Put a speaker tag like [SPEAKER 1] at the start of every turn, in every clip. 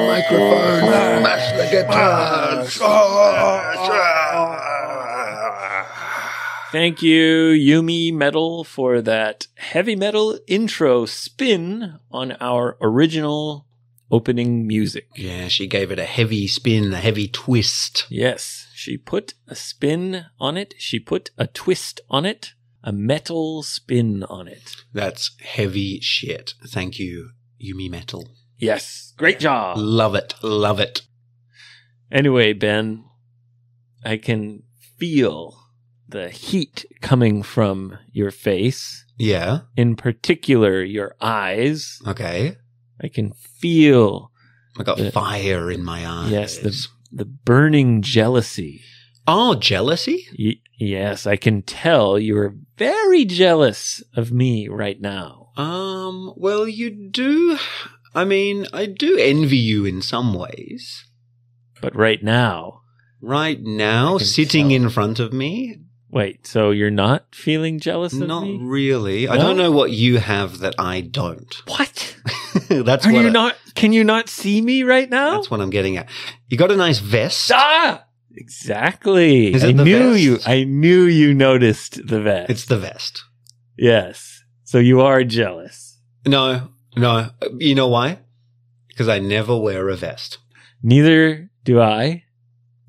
[SPEAKER 1] microphone, smash the guitar.
[SPEAKER 2] Thank you, Yumi Metal, for that heavy metal intro spin on our original opening music.
[SPEAKER 1] Yeah, she gave it a heavy spin, a heavy twist.
[SPEAKER 2] Yes, she put a spin on it. She put a twist on it, a metal spin on it.
[SPEAKER 1] That's heavy shit. Thank you, Yumi Metal.
[SPEAKER 2] Yes, great job.
[SPEAKER 1] Love it, love it.
[SPEAKER 2] Anyway, Ben, I can feel the heat coming from your face,
[SPEAKER 1] Yeah,
[SPEAKER 2] in particular your eyes.
[SPEAKER 1] okay.
[SPEAKER 2] I can feel
[SPEAKER 1] I got
[SPEAKER 2] The-
[SPEAKER 1] fire in my eyes.
[SPEAKER 2] Yes, the the burning jealousy.
[SPEAKER 1] Oh, jealousy?
[SPEAKER 2] Y- yes, I can tell you're very jealous of me right now.
[SPEAKER 1] Um, well, you do. I mean, I do envy you in some ways.
[SPEAKER 2] But right now,
[SPEAKER 1] Right now,
[SPEAKER 2] I can
[SPEAKER 1] sitting
[SPEAKER 2] tell.
[SPEAKER 1] in front of me,
[SPEAKER 2] wait. So you're not feeling jealous of
[SPEAKER 1] not
[SPEAKER 2] me?
[SPEAKER 1] really. I
[SPEAKER 2] No?
[SPEAKER 1] don't know what you have that I don't.
[SPEAKER 2] what?
[SPEAKER 1] that's
[SPEAKER 2] Are
[SPEAKER 1] what
[SPEAKER 2] you
[SPEAKER 1] I-
[SPEAKER 2] not? Can you not see me right now?
[SPEAKER 1] That's what I'm getting at. You got a nice vest.
[SPEAKER 2] ah, exactly.
[SPEAKER 1] Is
[SPEAKER 2] I
[SPEAKER 1] it the
[SPEAKER 2] knew
[SPEAKER 1] vest?
[SPEAKER 2] you. I knew you noticed the vest.
[SPEAKER 1] It's the vest.
[SPEAKER 2] yes. So you are jealous.
[SPEAKER 1] No, no. You know why? Because I never wear a vest.
[SPEAKER 2] Neither do I.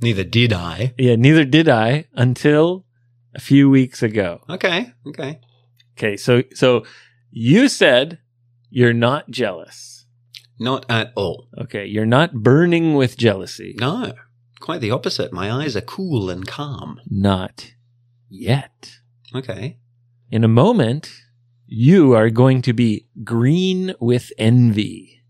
[SPEAKER 1] Neither did I.
[SPEAKER 2] Yeah, neither did I until a few weeks ago.
[SPEAKER 1] Okay, okay.
[SPEAKER 2] Okay, so so you said you're not jealous.
[SPEAKER 1] Not at all.
[SPEAKER 2] Okay, you're not burning with jealousy.
[SPEAKER 1] No, quite the opposite. My eyes are cool and calm.
[SPEAKER 2] Not yet.
[SPEAKER 1] Okay.
[SPEAKER 2] In a moment, you are going to be green with envy.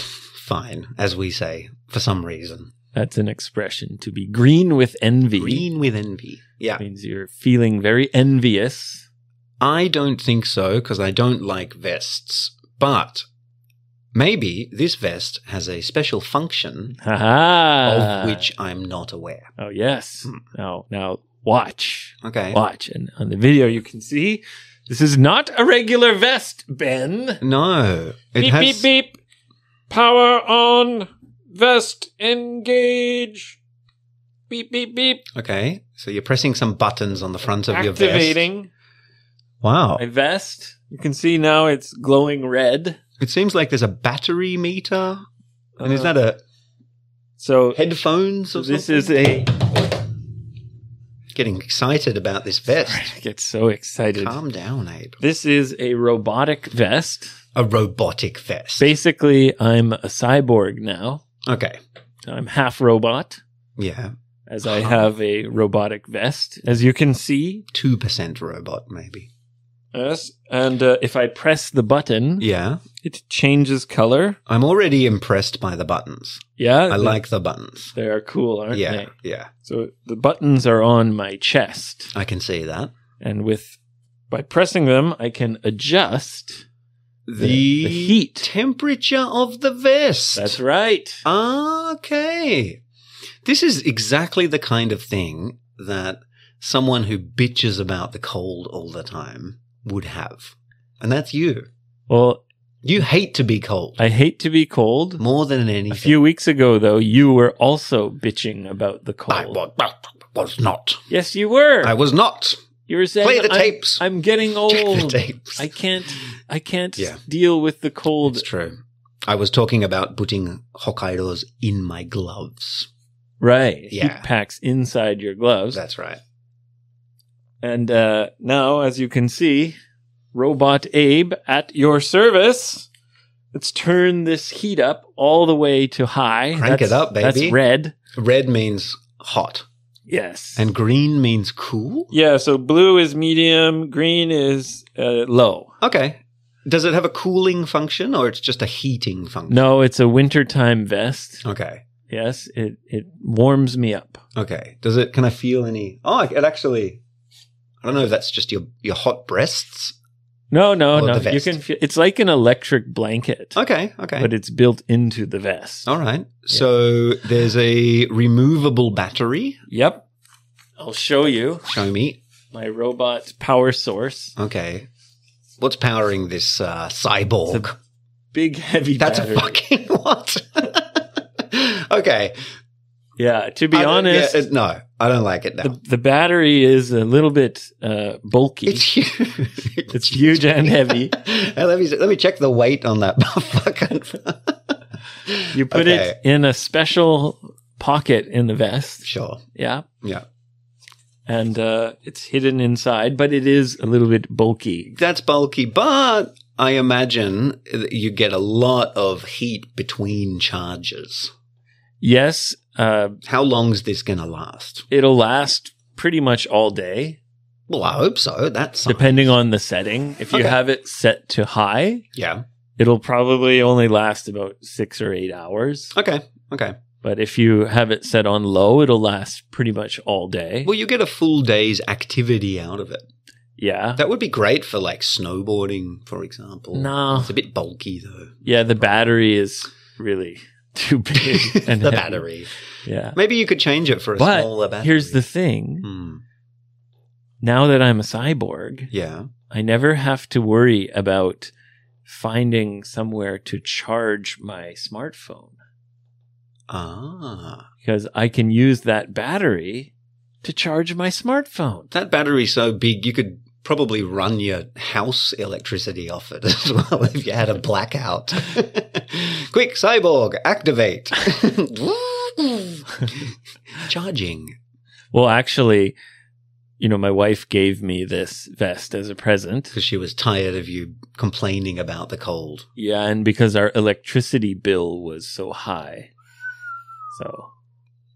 [SPEAKER 1] Fine, as we say, for some reason.
[SPEAKER 2] That's an expression to be green with envy.
[SPEAKER 1] Green with envy. Yeah.
[SPEAKER 2] means you're feeling very envious.
[SPEAKER 1] I don't think so because I don't like vests. But maybe this vest has a special function
[SPEAKER 2] Ha ha.
[SPEAKER 1] of which I'm not aware.
[SPEAKER 2] Oh yes.
[SPEAKER 1] Hmm.
[SPEAKER 2] Now now watch.
[SPEAKER 1] Okay.
[SPEAKER 2] Watch and on the video you can see this is not a regular vest, Ben.
[SPEAKER 1] No. It
[SPEAKER 2] beep,
[SPEAKER 1] has
[SPEAKER 2] beep, beep. Power on. Vest engage. Beep, beep, beep.
[SPEAKER 1] Okay. So you're pressing some buttons on the front of your vest.
[SPEAKER 2] Activating
[SPEAKER 1] Wow.
[SPEAKER 2] my vest. You can see now it's glowing red.
[SPEAKER 1] It seems like there's a battery meter. And is
[SPEAKER 2] Uh,
[SPEAKER 1] that a
[SPEAKER 2] so?
[SPEAKER 1] headphones
[SPEAKER 2] so
[SPEAKER 1] or
[SPEAKER 2] this
[SPEAKER 1] something?
[SPEAKER 2] is a.
[SPEAKER 1] Getting excited about this vest.
[SPEAKER 2] I get so excited.
[SPEAKER 1] Calm down, Abe.
[SPEAKER 2] This is a robotic vest.
[SPEAKER 1] A robotic vest.
[SPEAKER 2] Basically, I'm a cyborg now.
[SPEAKER 1] Okay.
[SPEAKER 2] I'm half robot,
[SPEAKER 1] Yeah.
[SPEAKER 2] as I have a robotic vest, as you can see.
[SPEAKER 1] 2% robot, maybe.
[SPEAKER 2] Yes, and uh, if I press the button,
[SPEAKER 1] Yeah.
[SPEAKER 2] it changes color.
[SPEAKER 1] I'm already impressed by the buttons.
[SPEAKER 2] Yeah,
[SPEAKER 1] I
[SPEAKER 2] the-
[SPEAKER 1] like the buttons.
[SPEAKER 2] They are cool, aren't
[SPEAKER 1] Yeah.
[SPEAKER 2] they?
[SPEAKER 1] Yeah.
[SPEAKER 2] So the buttons are on my chest,
[SPEAKER 1] I can see that.
[SPEAKER 2] and with by pressing them, I can adjust.
[SPEAKER 1] The,
[SPEAKER 2] the heat.
[SPEAKER 1] Temperature of the vest.
[SPEAKER 2] That's right.
[SPEAKER 1] Okay. This is exactly the kind of thing that someone who bitches about the cold all the time would have. And that's you.
[SPEAKER 2] Well,
[SPEAKER 1] You hate to be cold
[SPEAKER 2] I hate to be cold.
[SPEAKER 1] more than anything.
[SPEAKER 2] A few weeks ago, though, you were also bitching about the cold.
[SPEAKER 1] I was, was not.
[SPEAKER 2] Yes, you were.
[SPEAKER 1] I was not.
[SPEAKER 2] you were saying,
[SPEAKER 1] Play the
[SPEAKER 2] "I'm-
[SPEAKER 1] tapes.
[SPEAKER 2] I'm, getting old.
[SPEAKER 1] Check the tapes.
[SPEAKER 2] I can't. I can't
[SPEAKER 1] Yeah.
[SPEAKER 2] deal with the cold."
[SPEAKER 1] It's true. I was talking about putting Hokkaido's in my gloves.
[SPEAKER 2] Right.
[SPEAKER 1] Yeah.
[SPEAKER 2] Heat packs inside your gloves.
[SPEAKER 1] That's right.
[SPEAKER 2] And uh, now, as you can see, Robot Abe at your service. Let's turn this heat up all the way to high.
[SPEAKER 1] Crank it up, baby.
[SPEAKER 2] That's red.
[SPEAKER 1] Red means hot,
[SPEAKER 2] Yes.
[SPEAKER 1] and green means cool.
[SPEAKER 2] yeah, so blue is medium, green is uh, low.
[SPEAKER 1] Okay. Does it have a cooling function or it's just a heating function?
[SPEAKER 2] No, it's a wintertime vest.
[SPEAKER 1] Okay.
[SPEAKER 2] Yes, it, it warms me up.
[SPEAKER 1] Okay. Does it? Can I feel any? Oh, it actually. I don't know if that's just your your hot breasts.
[SPEAKER 2] No, no,
[SPEAKER 1] Oh,
[SPEAKER 2] no.
[SPEAKER 1] the
[SPEAKER 2] You
[SPEAKER 1] vest.
[SPEAKER 2] can feel it's like an electric blanket,
[SPEAKER 1] Okay. Okay. Oh.
[SPEAKER 2] but it's built into the vest.
[SPEAKER 1] All right. So there's a removable battery.
[SPEAKER 2] Yep. I'll show you
[SPEAKER 1] Show me.
[SPEAKER 2] my robot power source.
[SPEAKER 1] Okay. What's powering this uh, cyborg?
[SPEAKER 2] Big heavy
[SPEAKER 1] that's
[SPEAKER 2] battery.
[SPEAKER 1] a fucking what? Okay.
[SPEAKER 2] Yeah, to be
[SPEAKER 1] I don't-
[SPEAKER 2] honest,
[SPEAKER 1] yeah, it- no, I don't like it now.
[SPEAKER 2] the, the battery is a little bit uh, bulky.
[SPEAKER 1] it's
[SPEAKER 2] It's,
[SPEAKER 1] huge.
[SPEAKER 2] huge and heavy.
[SPEAKER 1] And let me let me check the weight on that motherfucker.
[SPEAKER 2] You put it in a special pocket in the vest.
[SPEAKER 1] Sure.
[SPEAKER 2] Yeah.
[SPEAKER 1] Yeah.
[SPEAKER 2] And uh, it's hidden inside, but it is a little bit bulky.
[SPEAKER 1] That's bulky, but I imagine that you get a lot of heat between charges.
[SPEAKER 2] Yes, uh,
[SPEAKER 1] How long's this going to last?
[SPEAKER 2] it'll last pretty much all day,
[SPEAKER 1] Well, I hope so. That's something.
[SPEAKER 2] depending on the setting. If you
[SPEAKER 1] Okay.
[SPEAKER 2] have it set to high,
[SPEAKER 1] yeah.
[SPEAKER 2] it'll probably only last about six or eight hours.
[SPEAKER 1] Okay. Okay.
[SPEAKER 2] But if you have it set on low, it'll last pretty much all day.
[SPEAKER 1] Well, you get a full day's activity out of it.
[SPEAKER 2] yeah.
[SPEAKER 1] That would be great for like snowboarding, for example.
[SPEAKER 2] No.
[SPEAKER 1] It's a bit bulky though.
[SPEAKER 2] Yeah, the battery is really too big. and
[SPEAKER 1] the
[SPEAKER 2] heavy.
[SPEAKER 1] battery.
[SPEAKER 2] Yeah.
[SPEAKER 1] Maybe you could change it for a
[SPEAKER 2] But
[SPEAKER 1] smaller battery.
[SPEAKER 2] Here's the thing.
[SPEAKER 1] Hmm.
[SPEAKER 2] Now that I'm a cyborg,
[SPEAKER 1] Yeah.
[SPEAKER 2] I never have to worry about finding somewhere to charge my smartphone
[SPEAKER 1] Ah.
[SPEAKER 2] because I can use that battery to charge my smartphone.
[SPEAKER 1] That battery's so big, you could probably run your house electricity off it as well if you had a blackout. Quick, cyborg, activate. Charging.
[SPEAKER 2] Well, actually, you know, my wife gave me this vest as a present.
[SPEAKER 1] Because she was tired of you complaining about the cold.
[SPEAKER 2] Yeah, and because our electricity bill was so high. So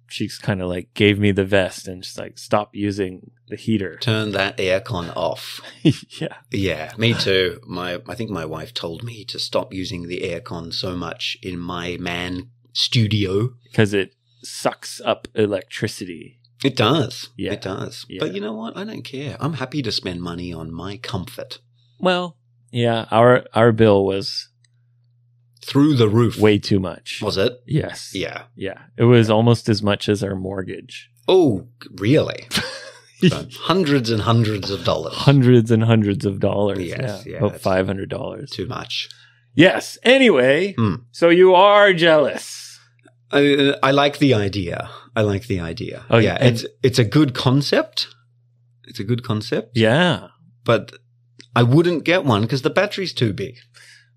[SPEAKER 2] she's kind of like gave me the vest and she's like, stop using the heater.
[SPEAKER 1] Turn that aircon off.
[SPEAKER 2] yeah.
[SPEAKER 1] Yeah, me too. My I think my wife told me to stop using the aircon so much in my man studio.
[SPEAKER 2] Because it sucks up electricity.
[SPEAKER 1] It does.
[SPEAKER 2] Yeah.
[SPEAKER 1] It does.
[SPEAKER 2] Yeah.
[SPEAKER 1] But you know what? I don't care. I'm happy to spend money on my comfort.
[SPEAKER 2] Well, yeah, our our bill was
[SPEAKER 1] Through the roof.
[SPEAKER 2] way too much.
[SPEAKER 1] Was it?
[SPEAKER 2] yes.
[SPEAKER 1] Yeah.
[SPEAKER 2] Yeah. It was almost as much as our mortgage.
[SPEAKER 1] Oh, really? So, hundreds and hundreds of dollars.
[SPEAKER 2] hundreds and hundreds of dollars.
[SPEAKER 1] Yes,
[SPEAKER 2] yeah.
[SPEAKER 1] yeah,
[SPEAKER 2] about
[SPEAKER 1] that's-
[SPEAKER 2] five hundred dollars.
[SPEAKER 1] Too much.
[SPEAKER 2] Yes. Anyway,
[SPEAKER 1] Hmm.
[SPEAKER 2] so you are jealous.
[SPEAKER 1] I, I like the idea. I like the idea.
[SPEAKER 2] Oh,
[SPEAKER 1] yeah,
[SPEAKER 2] and-
[SPEAKER 1] it's it's a good concept. It's a good concept,
[SPEAKER 2] Yeah.
[SPEAKER 1] but I wouldn't get one because the battery's too big.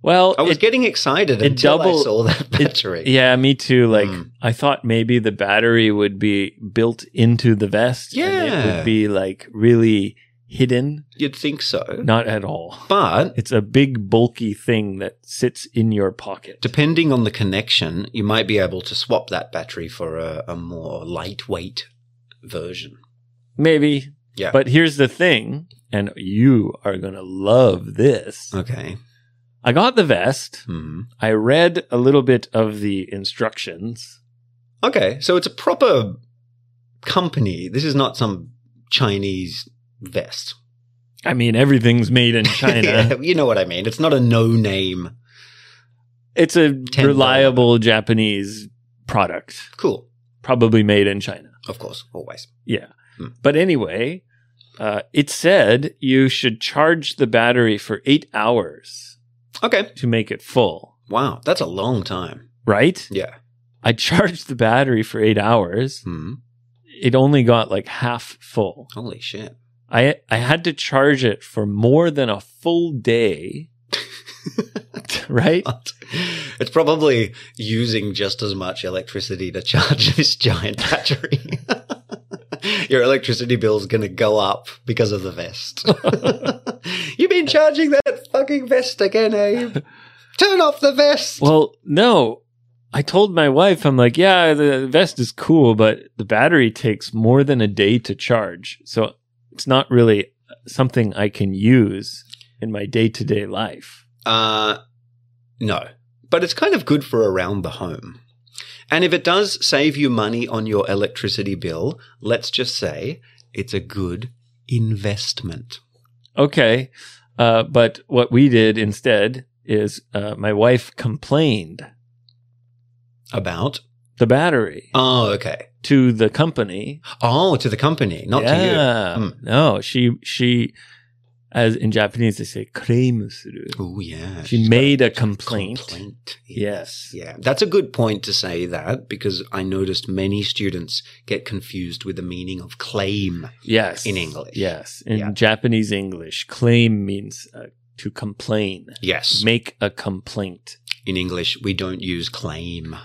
[SPEAKER 2] Well,
[SPEAKER 1] I was
[SPEAKER 2] it-
[SPEAKER 1] getting excited
[SPEAKER 2] it
[SPEAKER 1] until
[SPEAKER 2] double-
[SPEAKER 1] I saw that battery.
[SPEAKER 2] yeah, me too. Like
[SPEAKER 1] Mm.
[SPEAKER 2] I thought maybe the battery would be built into the vest. and it
[SPEAKER 1] Yeah.
[SPEAKER 2] would be like really hidden.
[SPEAKER 1] You'd think so,
[SPEAKER 2] Not at all.
[SPEAKER 1] but
[SPEAKER 2] It's a big bulky thing that sits in your pocket.
[SPEAKER 1] depending on the connection, you might be able to swap that battery for a, a more lightweight version.
[SPEAKER 2] maybe.
[SPEAKER 1] Yeah.
[SPEAKER 2] But here's the thing, and you are gonna love this.
[SPEAKER 1] Okay.
[SPEAKER 2] I got the vest.
[SPEAKER 1] Hmm.
[SPEAKER 2] I read a little bit of the instructions.
[SPEAKER 1] Okay, so it's a proper company. This is not some Chinese vest.
[SPEAKER 2] I mean, everything's made in China.
[SPEAKER 1] Yeah, you know what I mean. It's not a no name.
[SPEAKER 2] It's a
[SPEAKER 1] Ten
[SPEAKER 2] reliable Japanese product,
[SPEAKER 1] Cool.
[SPEAKER 2] probably made in China.
[SPEAKER 1] Of course, always.
[SPEAKER 2] Yeah.
[SPEAKER 1] Hmm.
[SPEAKER 2] But anyway, uh, it said you should charge the battery for eight hours
[SPEAKER 1] Okay.
[SPEAKER 2] to make it full,
[SPEAKER 1] Wow, that's a long time.
[SPEAKER 2] right?
[SPEAKER 1] Yeah.
[SPEAKER 2] I charged the battery for eight hours.
[SPEAKER 1] Hmm.
[SPEAKER 2] It only got like half full.
[SPEAKER 1] Holy shit.
[SPEAKER 2] I, I had to charge it for more than a full day, right?
[SPEAKER 1] It's probably using just as much electricity to charge this giant battery. Your electricity bill's going to go up because of the vest. You've been charging that fucking vest again, Abe. Turn off the vest.
[SPEAKER 2] Well, no. I told my wife, I'm like, yeah, the vest is cool, but the battery takes more than a day to charge. So it's not really something I can use in my day to day life.
[SPEAKER 1] Uh, no. But it's kind of good for around the home. And if it does save you money on your electricity bill, let's just say it's a good investment.
[SPEAKER 2] Okay. Uh, but what we did instead is uh, my wife complained
[SPEAKER 1] About?
[SPEAKER 2] the battery
[SPEAKER 1] Oh, okay.
[SPEAKER 2] to the company.
[SPEAKER 1] Oh, to the company, not to you.
[SPEAKER 2] yeah.
[SPEAKER 1] Hmm.
[SPEAKER 2] No, she, she as in Japanese they say claim suru.
[SPEAKER 1] Oh yeah.
[SPEAKER 2] She made a complaint.
[SPEAKER 1] Complaint.
[SPEAKER 2] Yes.
[SPEAKER 1] Yeah, that's a good point to say that because I noticed many students get confused with the meaning of claim
[SPEAKER 2] Yes.
[SPEAKER 1] in English.
[SPEAKER 2] Yes. In
[SPEAKER 1] Yeah.
[SPEAKER 2] Japanese English, claim means uh, to complain,
[SPEAKER 1] Yes.
[SPEAKER 2] make a complaint.
[SPEAKER 1] In English, we don't use claim.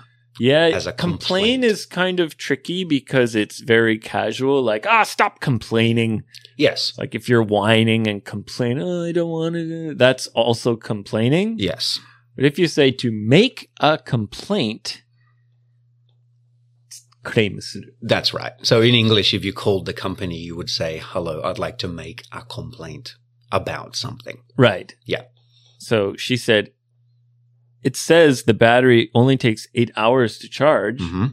[SPEAKER 2] Yeah,
[SPEAKER 1] As a
[SPEAKER 2] complain
[SPEAKER 1] complaint.
[SPEAKER 2] is kind of tricky because it's very casual. Like, ah, stop complaining.
[SPEAKER 1] Yes.
[SPEAKER 2] Like if you're whining and complain, oh, I don't want to. That's also complaining.
[SPEAKER 1] Yes.
[SPEAKER 2] But if you say to make a complaint, it's クレームする.
[SPEAKER 1] That's right. So in English, if you called the company, you would say, hello, I'd like to make a complaint about something.
[SPEAKER 2] Right.
[SPEAKER 1] Yeah.
[SPEAKER 2] So she said, it says the battery only takes eight hours to charge,
[SPEAKER 1] Mm-hmm.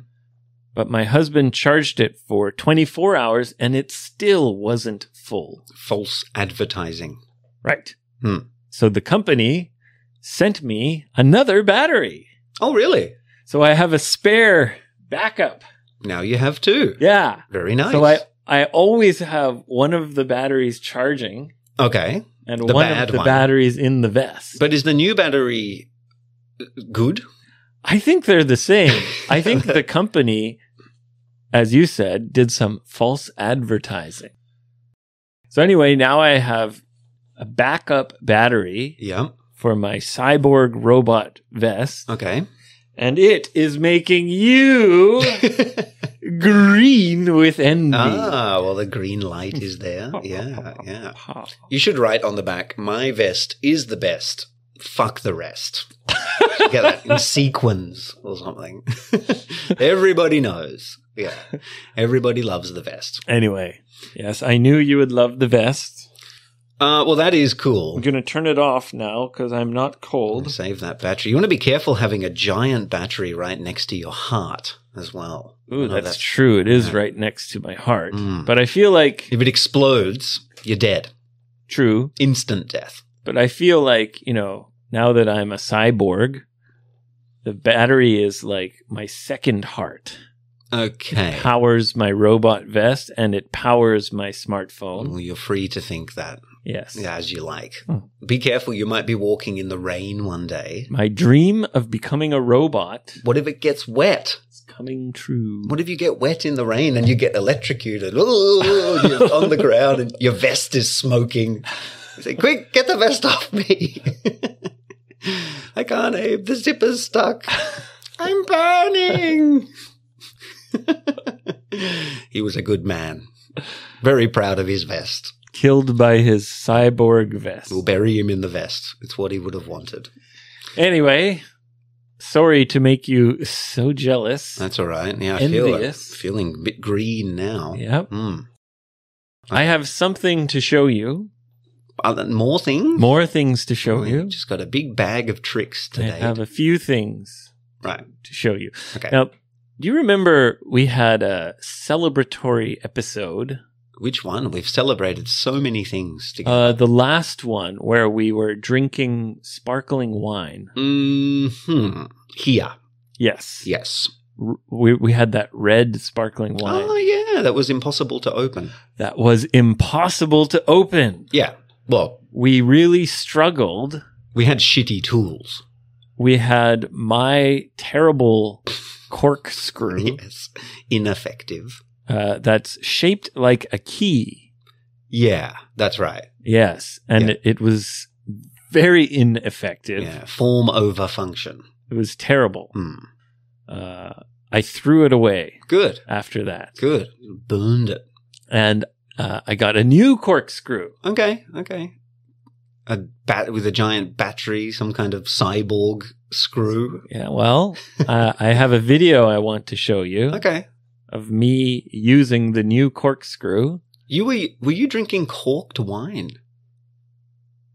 [SPEAKER 2] but my husband charged it for 24 hours and it still wasn't full.
[SPEAKER 1] False advertising.
[SPEAKER 2] Right.
[SPEAKER 1] Hmm.
[SPEAKER 2] So the company sent me another battery.
[SPEAKER 1] Oh, really?
[SPEAKER 2] So I have a spare backup.
[SPEAKER 1] Now you have two.
[SPEAKER 2] Yeah.
[SPEAKER 1] Very nice.
[SPEAKER 2] So I, I always have one of the batteries charging
[SPEAKER 1] okay.
[SPEAKER 2] and
[SPEAKER 1] The
[SPEAKER 2] one of
[SPEAKER 1] bad
[SPEAKER 2] the
[SPEAKER 1] one.
[SPEAKER 2] batteries in the vest.
[SPEAKER 1] But is the new battery good?
[SPEAKER 2] I think they're the same. I think the company, as you said, did some false advertising. So, anyway, now I have a backup battery
[SPEAKER 1] Yeah.
[SPEAKER 2] for my cyborg robot vest,
[SPEAKER 1] Okay.
[SPEAKER 2] and it is making you green with envy.
[SPEAKER 1] ah, well, the green light is there. Yeah. Yeah. You should write on the back, my vest is the best. Fuck the rest. Get that in sequins or something. Everybody knows. Yeah. Everybody loves the vest.
[SPEAKER 2] Anyway, yes, I knew you would love the vest.
[SPEAKER 1] Uh, well, that is cool.
[SPEAKER 2] I'm going to turn it off now because I'm not cold.
[SPEAKER 1] Save that battery. You want to be careful having a giant battery right next to your heart as well.
[SPEAKER 2] Ooh,
[SPEAKER 1] No,
[SPEAKER 2] that's, true. It is
[SPEAKER 1] yeah.
[SPEAKER 2] right next to my heart.
[SPEAKER 1] Mm.
[SPEAKER 2] But I feel like,
[SPEAKER 1] If it explodes, you're dead.
[SPEAKER 2] true,
[SPEAKER 1] Instant death.
[SPEAKER 2] but I feel like, you know, now that I'm a cyborg, the battery is like my second heart.
[SPEAKER 1] Okay.
[SPEAKER 2] Powers my robot vest and it powers my smartphone.
[SPEAKER 1] Well, you're free to think that
[SPEAKER 2] Yes.
[SPEAKER 1] as you like.
[SPEAKER 2] Hmm.
[SPEAKER 1] Be careful. You might be walking in the rain one day.
[SPEAKER 2] My dream of becoming a robot
[SPEAKER 1] What if it gets wet?
[SPEAKER 2] is coming true.
[SPEAKER 1] What if you get wet in the rain and you get electrocuted? Oh, you're on the ground and your vest is smoking. You say, quick, get the vest off me. I can't, Abe. The zipper's stuck. I'm burning. he was a good man. Very proud of his vest.
[SPEAKER 2] Killed by his cyborg vest.
[SPEAKER 1] We'll bury him in the vest. It's what he would have wanted.
[SPEAKER 2] Anyway, sorry to make you so jealous.
[SPEAKER 1] That's all right. Yeah, I feel it.
[SPEAKER 2] Envious.
[SPEAKER 1] Feeling a bit green now.
[SPEAKER 2] Yep.
[SPEAKER 1] Mm.
[SPEAKER 2] I have something to show you.
[SPEAKER 1] Other, more things?
[SPEAKER 2] More things to show
[SPEAKER 1] We've
[SPEAKER 2] you.
[SPEAKER 1] Just got a big bag of tricks
[SPEAKER 2] I
[SPEAKER 1] today.
[SPEAKER 2] have a few things
[SPEAKER 1] right.
[SPEAKER 2] to show you.
[SPEAKER 1] Okay.
[SPEAKER 2] Now, do you remember we had a celebratory episode?
[SPEAKER 1] Which one? We've celebrated so many things together.
[SPEAKER 2] Uh, the last one where we were drinking sparkling wine.
[SPEAKER 1] hmm Here.
[SPEAKER 2] Yes.
[SPEAKER 1] Yes.
[SPEAKER 2] R- we, we had that red sparkling wine
[SPEAKER 1] Oh, yeah. That was impossible to open.
[SPEAKER 2] that was impossible to open.
[SPEAKER 1] Yeah. Well,
[SPEAKER 2] We really struggled.
[SPEAKER 1] we had shitty tools.
[SPEAKER 2] We had my terrible corkscrew
[SPEAKER 1] Yes. Ineffective.
[SPEAKER 2] uh, that's shaped like a key.
[SPEAKER 1] Yeah. That's right.
[SPEAKER 2] Yes. And
[SPEAKER 1] Yeah.
[SPEAKER 2] it, it was very ineffective.
[SPEAKER 1] Yeah. Form over function.
[SPEAKER 2] It was terrible.
[SPEAKER 1] Hmm.
[SPEAKER 2] Uh, I threw it away
[SPEAKER 1] Good.
[SPEAKER 2] after that.
[SPEAKER 1] Good. Burned it.
[SPEAKER 2] And uh, I got a new corkscrew.
[SPEAKER 1] Okay, okay. A bat with a giant battery, some kind of cyborg screw.
[SPEAKER 2] Yeah, well, uh, I have a video I want to show you
[SPEAKER 1] Okay.
[SPEAKER 2] of me using the new corkscrew.
[SPEAKER 1] You were were you drinking corked wine?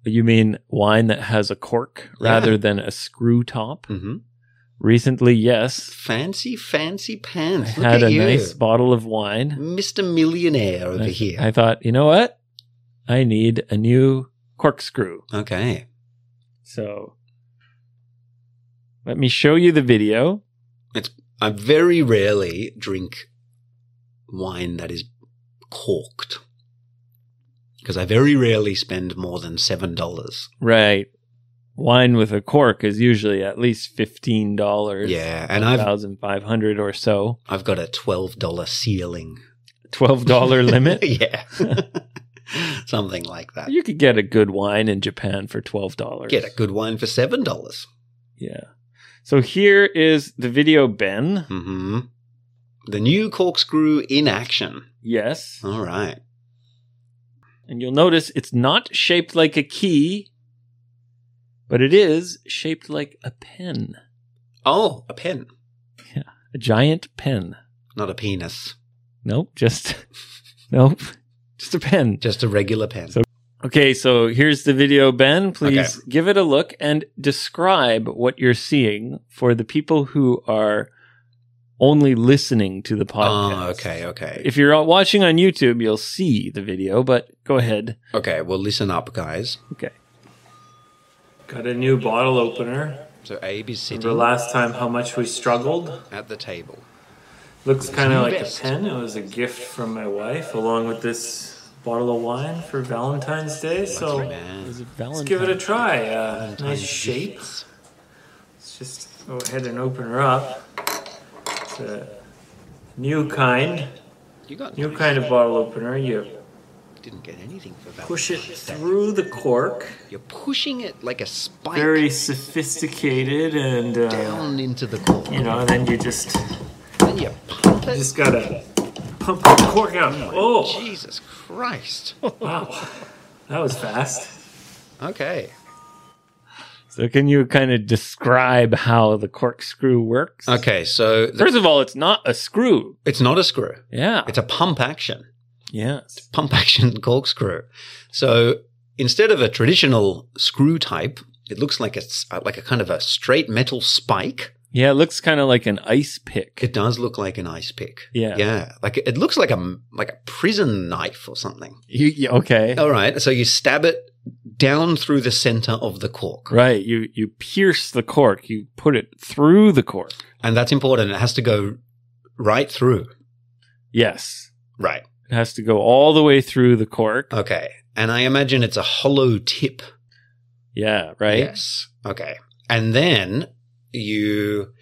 [SPEAKER 2] You mean wine that has a cork
[SPEAKER 1] Yeah.
[SPEAKER 2] rather than a screw top?
[SPEAKER 1] Mm-hmm.
[SPEAKER 2] Recently, yes.
[SPEAKER 1] Fancy, fancy
[SPEAKER 2] I
[SPEAKER 1] pants. Look
[SPEAKER 2] had
[SPEAKER 1] at
[SPEAKER 2] a
[SPEAKER 1] you. Mm,
[SPEAKER 2] nice bottle of wine.
[SPEAKER 1] Mr. Millionaire over
[SPEAKER 2] I-
[SPEAKER 1] here.
[SPEAKER 2] I thought, you know what? I need a new corkscrew.
[SPEAKER 1] okay.
[SPEAKER 2] So let me show you the video.
[SPEAKER 1] I very rarely drink wine that is corked. because I very rarely spend more than seven dollars.
[SPEAKER 2] Right. Wine with a cork is usually at least fifteen dollars.
[SPEAKER 1] Yeah, and
[SPEAKER 2] One
[SPEAKER 1] I've
[SPEAKER 2] thousand five hundred or so.
[SPEAKER 1] I've got a twelve dollar ceiling
[SPEAKER 2] Twelve dollar limit.
[SPEAKER 1] yeah, something like that.
[SPEAKER 2] You could get a good wine in Japan for twelve dollars.
[SPEAKER 1] Get a good wine for seven dollars.
[SPEAKER 2] Yeah. So here is the video, Ben.
[SPEAKER 1] hmm The new corkscrew in action.
[SPEAKER 2] Yes.
[SPEAKER 1] All right.
[SPEAKER 2] And you'll notice it's not shaped like a key, but it is shaped like a pen,
[SPEAKER 1] Oh, a pen,
[SPEAKER 2] a giant pen.
[SPEAKER 1] not a penis,
[SPEAKER 2] Nope, just nope, just a pen.
[SPEAKER 1] just a regular pen.
[SPEAKER 2] So- Okay, so here's the video, Ben. Please give it a look and describe what you're seeing for the people who are only listening to the podcast.
[SPEAKER 1] oh, okay, okay,
[SPEAKER 2] If you're watching on YouTube, you'll see the video, but go ahead.
[SPEAKER 1] okay. Well, listen up, guys.
[SPEAKER 2] Okay. Got a new bottle opener.
[SPEAKER 1] So Abe is
[SPEAKER 2] Remember
[SPEAKER 1] sitting
[SPEAKER 2] last time how much we struggled?
[SPEAKER 1] at the table.
[SPEAKER 2] Looks kind
[SPEAKER 1] the
[SPEAKER 2] of like
[SPEAKER 1] best.
[SPEAKER 2] a pen. It was a gift from my wife, along with this bottle of wine for Valentine's Day. So
[SPEAKER 1] Man.
[SPEAKER 2] let's give it a try. Uh, nice shape. Let's just go ahead and open her up. It's a new kind,
[SPEAKER 1] You got
[SPEAKER 2] new
[SPEAKER 1] nice-
[SPEAKER 2] kind of bottle opener. You
[SPEAKER 1] Didn't get anything for that.
[SPEAKER 2] push it through the cork.
[SPEAKER 1] You're pushing it like a spike
[SPEAKER 2] Very sophisticated, and uh,
[SPEAKER 1] down into the cork.
[SPEAKER 2] you know, then you just
[SPEAKER 1] Then you pump it.
[SPEAKER 2] just gotta pump the cork out. Oh,
[SPEAKER 1] Jesus Christ.
[SPEAKER 2] wow, that was fast.
[SPEAKER 1] Okay.
[SPEAKER 2] So can you kind of describe how the corkscrew works?
[SPEAKER 1] Okay, so the-
[SPEAKER 2] Uh, First of all, it's not a screw.
[SPEAKER 1] it's not a screw.
[SPEAKER 2] Yeah.
[SPEAKER 1] It's a pump action.
[SPEAKER 2] Yes.
[SPEAKER 1] pump action corkscrew. So instead of a traditional screw type, it looks like it's uh, like a kind of a straight metal spike.
[SPEAKER 2] Yeah, it looks kind of like an ice pick.
[SPEAKER 1] It does look like an ice pick.
[SPEAKER 2] Yeah.
[SPEAKER 1] yeah. Like it looks like a like a prison knife or something.
[SPEAKER 2] You, you- okay.
[SPEAKER 1] All right, so you stab it down through the center of the cork,
[SPEAKER 2] Right. You you pierce the cork. You put it through the cork.
[SPEAKER 1] and that's important. It has to go right through.
[SPEAKER 2] Yes.
[SPEAKER 1] Right.
[SPEAKER 2] It has to go all the way through the cork.
[SPEAKER 1] Okay. And I imagine it's a hollow tip
[SPEAKER 2] Yeah, right?
[SPEAKER 1] Yes. Okay. And then you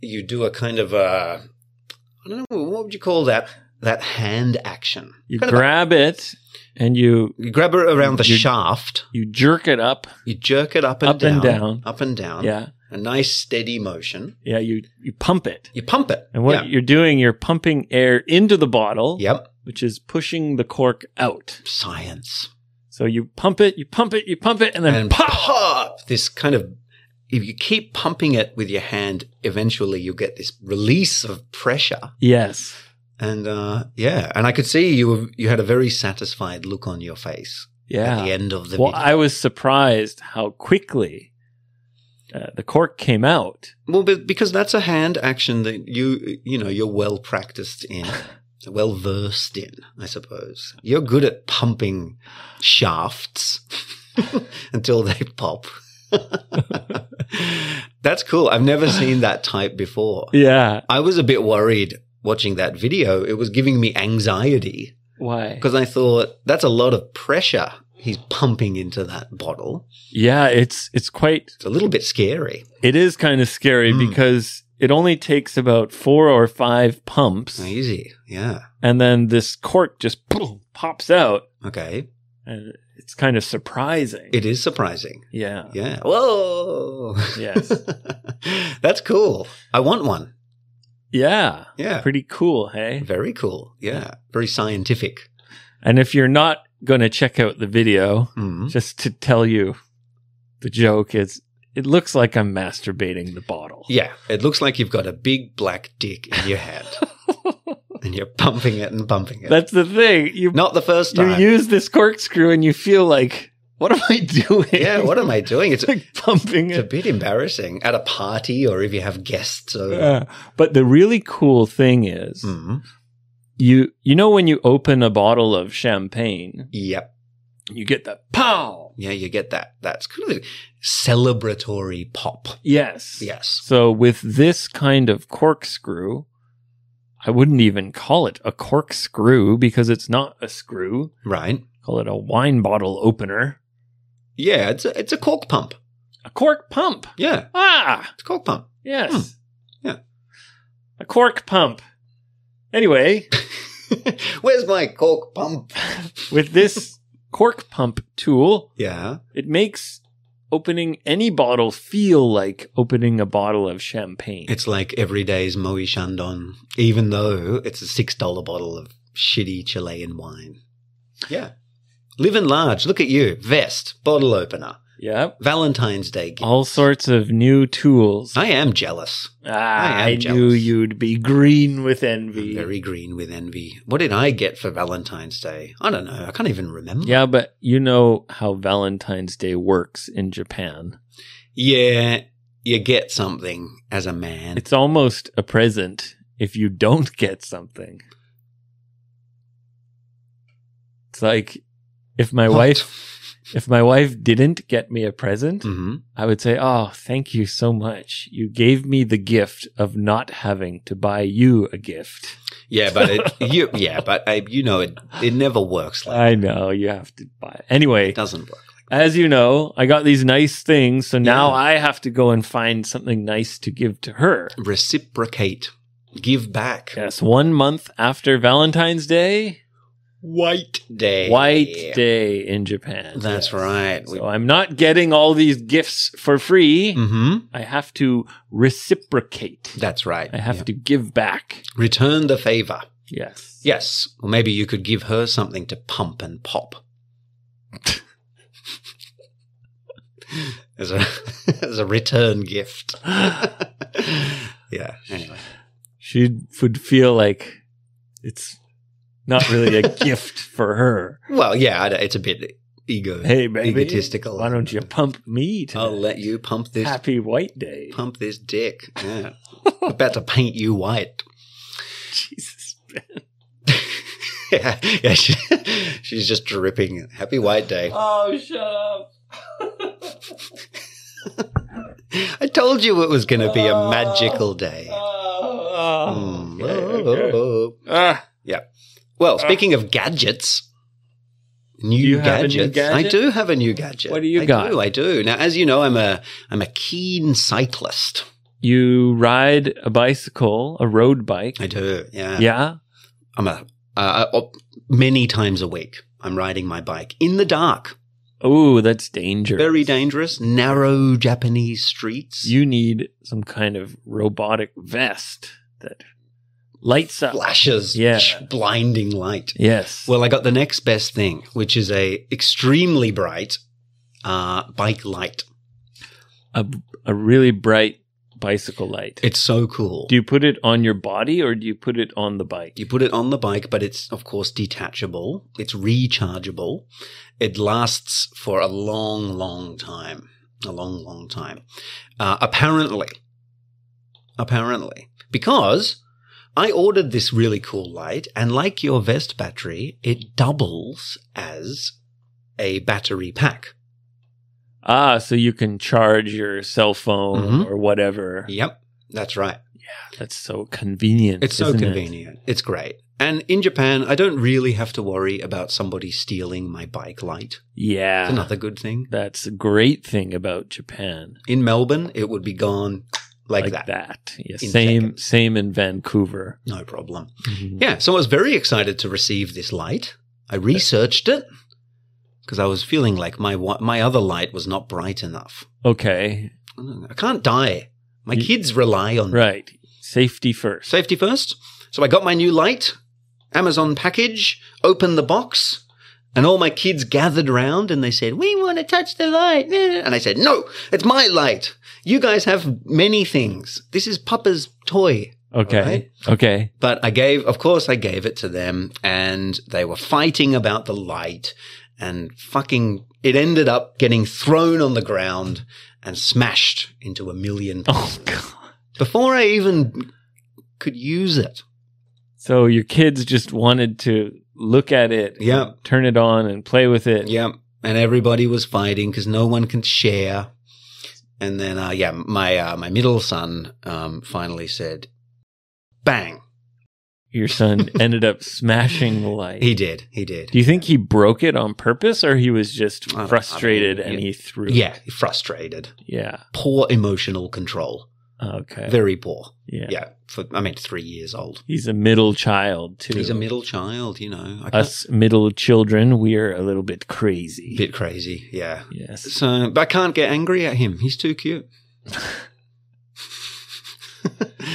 [SPEAKER 1] you do a kind of a I don't know what would you call that that hand action.
[SPEAKER 2] You
[SPEAKER 1] Kind of
[SPEAKER 2] grab it and you
[SPEAKER 1] a- you grab it around the
[SPEAKER 2] You-
[SPEAKER 1] shaft,
[SPEAKER 2] you jerk it up.
[SPEAKER 1] you jerk it up and
[SPEAKER 2] Up
[SPEAKER 1] down,
[SPEAKER 2] and down.
[SPEAKER 1] up and down.
[SPEAKER 2] Yeah.
[SPEAKER 1] A nice steady motion.
[SPEAKER 2] Yeah, you you pump it.
[SPEAKER 1] You pump it.
[SPEAKER 2] And what
[SPEAKER 1] Yeah.
[SPEAKER 2] you're doing, you're pumping air into the bottle,
[SPEAKER 1] Yep.
[SPEAKER 2] which is pushing the cork out.
[SPEAKER 1] Science.
[SPEAKER 2] So you pump it, you pump it, you pump it, and then
[SPEAKER 1] and
[SPEAKER 2] pop.
[SPEAKER 1] pop! This kind of if you keep pumping it with your hand, eventually you get this release of pressure.
[SPEAKER 2] Yes.
[SPEAKER 1] And uh, yeah, and I could see you were, you had a very satisfied look on your face at the
[SPEAKER 2] Yeah.
[SPEAKER 1] end of the
[SPEAKER 2] Well,
[SPEAKER 1] video.
[SPEAKER 2] I was surprised how quickly uh, the cork came out.
[SPEAKER 1] well, but because that's a hand action that you you know you're well practiced in, well versed in, I suppose. You're good at pumping shafts until they pop. that's cool. I've never seen that type before.
[SPEAKER 2] Yeah.
[SPEAKER 1] I was a bit worried watching that video. It was giving me anxiety.
[SPEAKER 2] Why?
[SPEAKER 1] because I thought that's a lot of pressure he's pumping into that bottle.
[SPEAKER 2] Yeah, it's it's quite
[SPEAKER 1] It's a little bit scary.
[SPEAKER 2] it is kind of scary
[SPEAKER 1] Mm.
[SPEAKER 2] because it only takes about four or five pumps,
[SPEAKER 1] Easy, Oh, yeah.
[SPEAKER 2] and then this cork just boom, pops out,
[SPEAKER 1] Okay,
[SPEAKER 2] and it's kind of surprising.
[SPEAKER 1] it is surprising.
[SPEAKER 2] yeah.
[SPEAKER 1] Yeah. Whoa.
[SPEAKER 2] Yes.
[SPEAKER 1] that's cool. I want one.
[SPEAKER 2] Yeah.
[SPEAKER 1] Yeah.
[SPEAKER 2] Pretty cool, hey?
[SPEAKER 1] Very cool. Yeah. Very scientific.
[SPEAKER 2] And if you're not going to check out the video,
[SPEAKER 1] Mm.
[SPEAKER 2] just to tell you the joke is it looks like I'm masturbating the bottle.
[SPEAKER 1] Yeah. It looks like you've got a big black dick in your hand, and you're pumping it and pumping it.
[SPEAKER 2] That's the thing. You
[SPEAKER 1] Not the first
[SPEAKER 2] you
[SPEAKER 1] time.
[SPEAKER 2] use this corkscrew and you feel like what am I doing?
[SPEAKER 1] yeah. What am I doing? It's
[SPEAKER 2] It's like pumping
[SPEAKER 1] It's a
[SPEAKER 2] it.
[SPEAKER 1] bit embarrassing at a party or if you have guests. Over.
[SPEAKER 2] Yeah. but the really cool thing is
[SPEAKER 1] Mm.
[SPEAKER 2] you you know when you open a bottle of champagne,
[SPEAKER 1] Yep.
[SPEAKER 2] you get the pow.
[SPEAKER 1] Yeah, you get that. That's kind of a celebratory pop.
[SPEAKER 2] Yes.
[SPEAKER 1] Yes.
[SPEAKER 2] So with this kind of corkscrew, I wouldn't even call it a corkscrew because it's not a screw.
[SPEAKER 1] Right.
[SPEAKER 2] Call it a wine bottle opener.
[SPEAKER 1] Yeah, it's a, it's a cork pump.
[SPEAKER 2] A cork pump.
[SPEAKER 1] Yeah,
[SPEAKER 2] Ah,
[SPEAKER 1] it's a cork pump.
[SPEAKER 2] yes.
[SPEAKER 1] Yeah.
[SPEAKER 2] A cork pump. Anyway,
[SPEAKER 1] Where's my cork pump?
[SPEAKER 2] with this cork pump tool,
[SPEAKER 1] Yeah.
[SPEAKER 2] it makes opening any bottle feel like opening a bottle of champagne.
[SPEAKER 1] It's like every day's Moe Chandon, even though it's a $6 bottle of shitty Chilean wine. Yeah. Live in large. Look at you. Vest, bottle opener,
[SPEAKER 2] yep.
[SPEAKER 1] Valentine's Day gift.
[SPEAKER 2] All sorts of new tools.
[SPEAKER 1] I am jealous.
[SPEAKER 2] Ah,
[SPEAKER 1] I am
[SPEAKER 2] I knew
[SPEAKER 1] jealous.
[SPEAKER 2] you'd be green with
[SPEAKER 1] I'm
[SPEAKER 2] envy.
[SPEAKER 1] very green with envy. What did I get for Valentine's Day? I don't know. I can't even remember.
[SPEAKER 2] Yeah, but you know how Valentine's Day works in Japan.
[SPEAKER 1] Yeah. You get something as a man.
[SPEAKER 2] It's almost a present if you don't get something. It's like if my wife if my wife didn't get me a present,
[SPEAKER 1] hmm
[SPEAKER 2] I would say, "Oh, thank you so much. You gave me the gift of not having to buy you a gift."
[SPEAKER 1] Yeah, but it, you, yeah, but I, you know, it, it never works like
[SPEAKER 2] I know you have to buy. It. Anyway,
[SPEAKER 1] It doesn't work.
[SPEAKER 2] as you know, I got these nice things, so now
[SPEAKER 1] Yeah.
[SPEAKER 2] I have to go and find something nice to give to her.
[SPEAKER 1] Reciprocate. Give back.
[SPEAKER 2] Yes, one month after Valentine's Day,
[SPEAKER 1] White Day.
[SPEAKER 2] White Day in Japan.
[SPEAKER 1] That's
[SPEAKER 2] Yes.
[SPEAKER 1] right.
[SPEAKER 2] So I'm not getting all these gifts for free.
[SPEAKER 1] hmm
[SPEAKER 2] I have to reciprocate.
[SPEAKER 1] That's right.
[SPEAKER 2] I have
[SPEAKER 1] Yeah.
[SPEAKER 2] to give back.
[SPEAKER 1] return the favor.
[SPEAKER 2] Yes.
[SPEAKER 1] Yes. Well, maybe you could give her something to pump and pop. as, a, as a return gift. yeah. Anyway.
[SPEAKER 2] She would feel like it's not really a gift for her.
[SPEAKER 1] Well, yeah, I- it's a bit ego.
[SPEAKER 2] Hey, baby.
[SPEAKER 1] Egotistical.
[SPEAKER 2] Why don't you pump me to
[SPEAKER 1] I'll let you pump this
[SPEAKER 2] Happy White Day?
[SPEAKER 1] pump this dick. Yeah. About to paint you white.
[SPEAKER 2] Jesus.
[SPEAKER 1] yeah, yeah she, she's just dripping. Happy White Day.
[SPEAKER 2] Oh, shut up.
[SPEAKER 1] I told you it was going to be a magical day. Mm. Oh, oh, oh.
[SPEAKER 2] Ah,
[SPEAKER 1] Well, speaking of gadgets, new,
[SPEAKER 2] you have a
[SPEAKER 1] gadgets.
[SPEAKER 2] new gadget?
[SPEAKER 1] I do have a new gadget.
[SPEAKER 2] What do you
[SPEAKER 1] I
[SPEAKER 2] got?
[SPEAKER 1] Do, I do. Now, as you know, I'm a I'm a keen cyclist.
[SPEAKER 2] you ride a bicycle, a road bike.
[SPEAKER 1] I do. Yeah.
[SPEAKER 2] Yeah.
[SPEAKER 1] I'm a uh, uh, many times a week. I'm riding my bike in the dark.
[SPEAKER 2] Oh, that's dangerous.
[SPEAKER 1] Very dangerous, narrow Japanese streets.
[SPEAKER 2] You need some kind of robotic vest that lights up.
[SPEAKER 1] flashes,
[SPEAKER 2] Yeah.
[SPEAKER 1] blinding light.
[SPEAKER 2] Yes.
[SPEAKER 1] Well, I got the next best thing, which is a extremely bright uh, bike light.
[SPEAKER 2] a, a really bright bicycle light.
[SPEAKER 1] It's so cool.
[SPEAKER 2] do you put it on your body or do you put it on the bike?
[SPEAKER 1] You put it on the bike, but it's of course detachable. It's rechargeable. It lasts for a long, long time. A long, long time. Uh, apparently, apparently, because I ordered this really cool light, and like your vest battery, it doubles as a battery pack.
[SPEAKER 2] Ah, so you can charge your cell phone
[SPEAKER 1] Mhm.
[SPEAKER 2] or whatever.
[SPEAKER 1] Yep, that's right.
[SPEAKER 2] That's so convenient.
[SPEAKER 1] It's so
[SPEAKER 2] isn't it?
[SPEAKER 1] convenient. It's great. And in Japan, I don't really have to worry about somebody stealing my bike light. It's
[SPEAKER 2] Yeah.
[SPEAKER 1] another good thing.
[SPEAKER 2] That's a great thing about Japan.
[SPEAKER 1] In Melbourne, it would be gone like, that.
[SPEAKER 2] Yeah,
[SPEAKER 1] In
[SPEAKER 2] same
[SPEAKER 1] seconds.
[SPEAKER 2] same in Vancouver.
[SPEAKER 1] No problem. Yeah, so I was very excited to receive this light. I researched it because I was feeling like my wa- my other light was not bright enough.
[SPEAKER 2] Okay.
[SPEAKER 1] I don't know. I can't die. My
[SPEAKER 2] You-
[SPEAKER 1] kids rely on
[SPEAKER 2] Right. Safety first.
[SPEAKER 1] safety first. So I got my new light, Amazon package, opened the box, and all my kids gathered round and they said, We want to touch the light. And I said, No, it's my light. You guys have many things. This is Papa's toy.
[SPEAKER 2] Okay.
[SPEAKER 1] Alright.
[SPEAKER 2] Okay.
[SPEAKER 1] But I gave, of course, I gave it to them and they were fighting about the light and fucking, it ended up getting thrown on the ground and smashed into a million
[SPEAKER 2] Oh
[SPEAKER 1] pieces
[SPEAKER 2] god.
[SPEAKER 1] before I even could use it.
[SPEAKER 2] So your kids just wanted to look at it,
[SPEAKER 1] Yeah.
[SPEAKER 2] turn it on and play with it.
[SPEAKER 1] Yeah, and everybody was fighting because no one can share. And then, uh, yeah, my uh, my middle son um, finally said, "Bang!"
[SPEAKER 2] your son ended up smashing the light.
[SPEAKER 1] He did. He did.
[SPEAKER 2] Do you think he broke it on purpose or he was just
[SPEAKER 1] I don't- I don't
[SPEAKER 2] frustrated
[SPEAKER 1] know.
[SPEAKER 2] and
[SPEAKER 1] Yeah.
[SPEAKER 2] he threw it?
[SPEAKER 1] yeah, frustrated.
[SPEAKER 2] Yeah.
[SPEAKER 1] Poor emotional control.
[SPEAKER 2] Okay.
[SPEAKER 1] Very poor.
[SPEAKER 2] yeah.
[SPEAKER 1] Yeah. For I mean, three years old.
[SPEAKER 2] He's a middle child too.
[SPEAKER 1] He's a middle child. You know, I can't-
[SPEAKER 2] Us middle children, we are a little bit crazy.
[SPEAKER 1] bit crazy. Yeah.
[SPEAKER 2] yes.
[SPEAKER 1] So, but I can't get angry at him. He's too cute.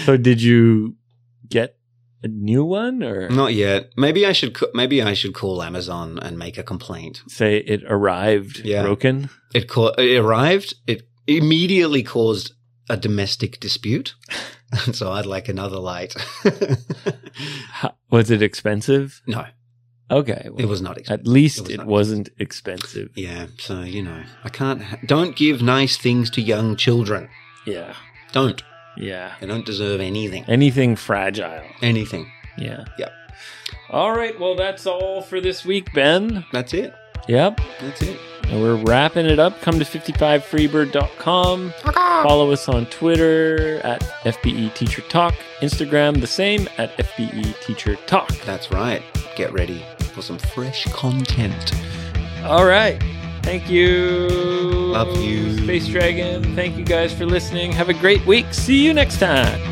[SPEAKER 2] So did you get a new one or
[SPEAKER 1] Not yet. Maybe I should. ca- Maybe I should call Amazon and make a complaint.
[SPEAKER 2] say it arrived
[SPEAKER 1] Yeah.
[SPEAKER 2] broken?
[SPEAKER 1] It, ca- it arrived. It immediately caused a domestic dispute, and so I'd like another light.
[SPEAKER 2] How, was it expensive?
[SPEAKER 1] no,
[SPEAKER 2] Okay.
[SPEAKER 1] it
[SPEAKER 2] well,
[SPEAKER 1] was not. Expensive.
[SPEAKER 2] at least
[SPEAKER 1] it was
[SPEAKER 2] it,
[SPEAKER 1] not-
[SPEAKER 2] wasn't expensive.
[SPEAKER 1] Yeah. So you know, I can't. ha- Don't give nice things to young children.
[SPEAKER 2] Yeah.
[SPEAKER 1] Don't.
[SPEAKER 2] Yeah.
[SPEAKER 1] They don't deserve anything.
[SPEAKER 2] Anything fragile.
[SPEAKER 1] Anything.
[SPEAKER 2] Yeah.
[SPEAKER 1] Yep.
[SPEAKER 2] All right. Well, that's all for this week, Ben.
[SPEAKER 1] That's it.
[SPEAKER 2] Yep.
[SPEAKER 1] That's it.
[SPEAKER 2] And we're wrapping it up. Come to 55freebird.com. Follow us on Twitter at FBE Teacher Talk. Instagram the same at FBE Teacher Talk.
[SPEAKER 1] That's right. Get ready for some fresh content.
[SPEAKER 2] All right. Thank you.
[SPEAKER 1] Love you.
[SPEAKER 2] Space Dragon. Thank you guys for listening. Have a great week. See you next time.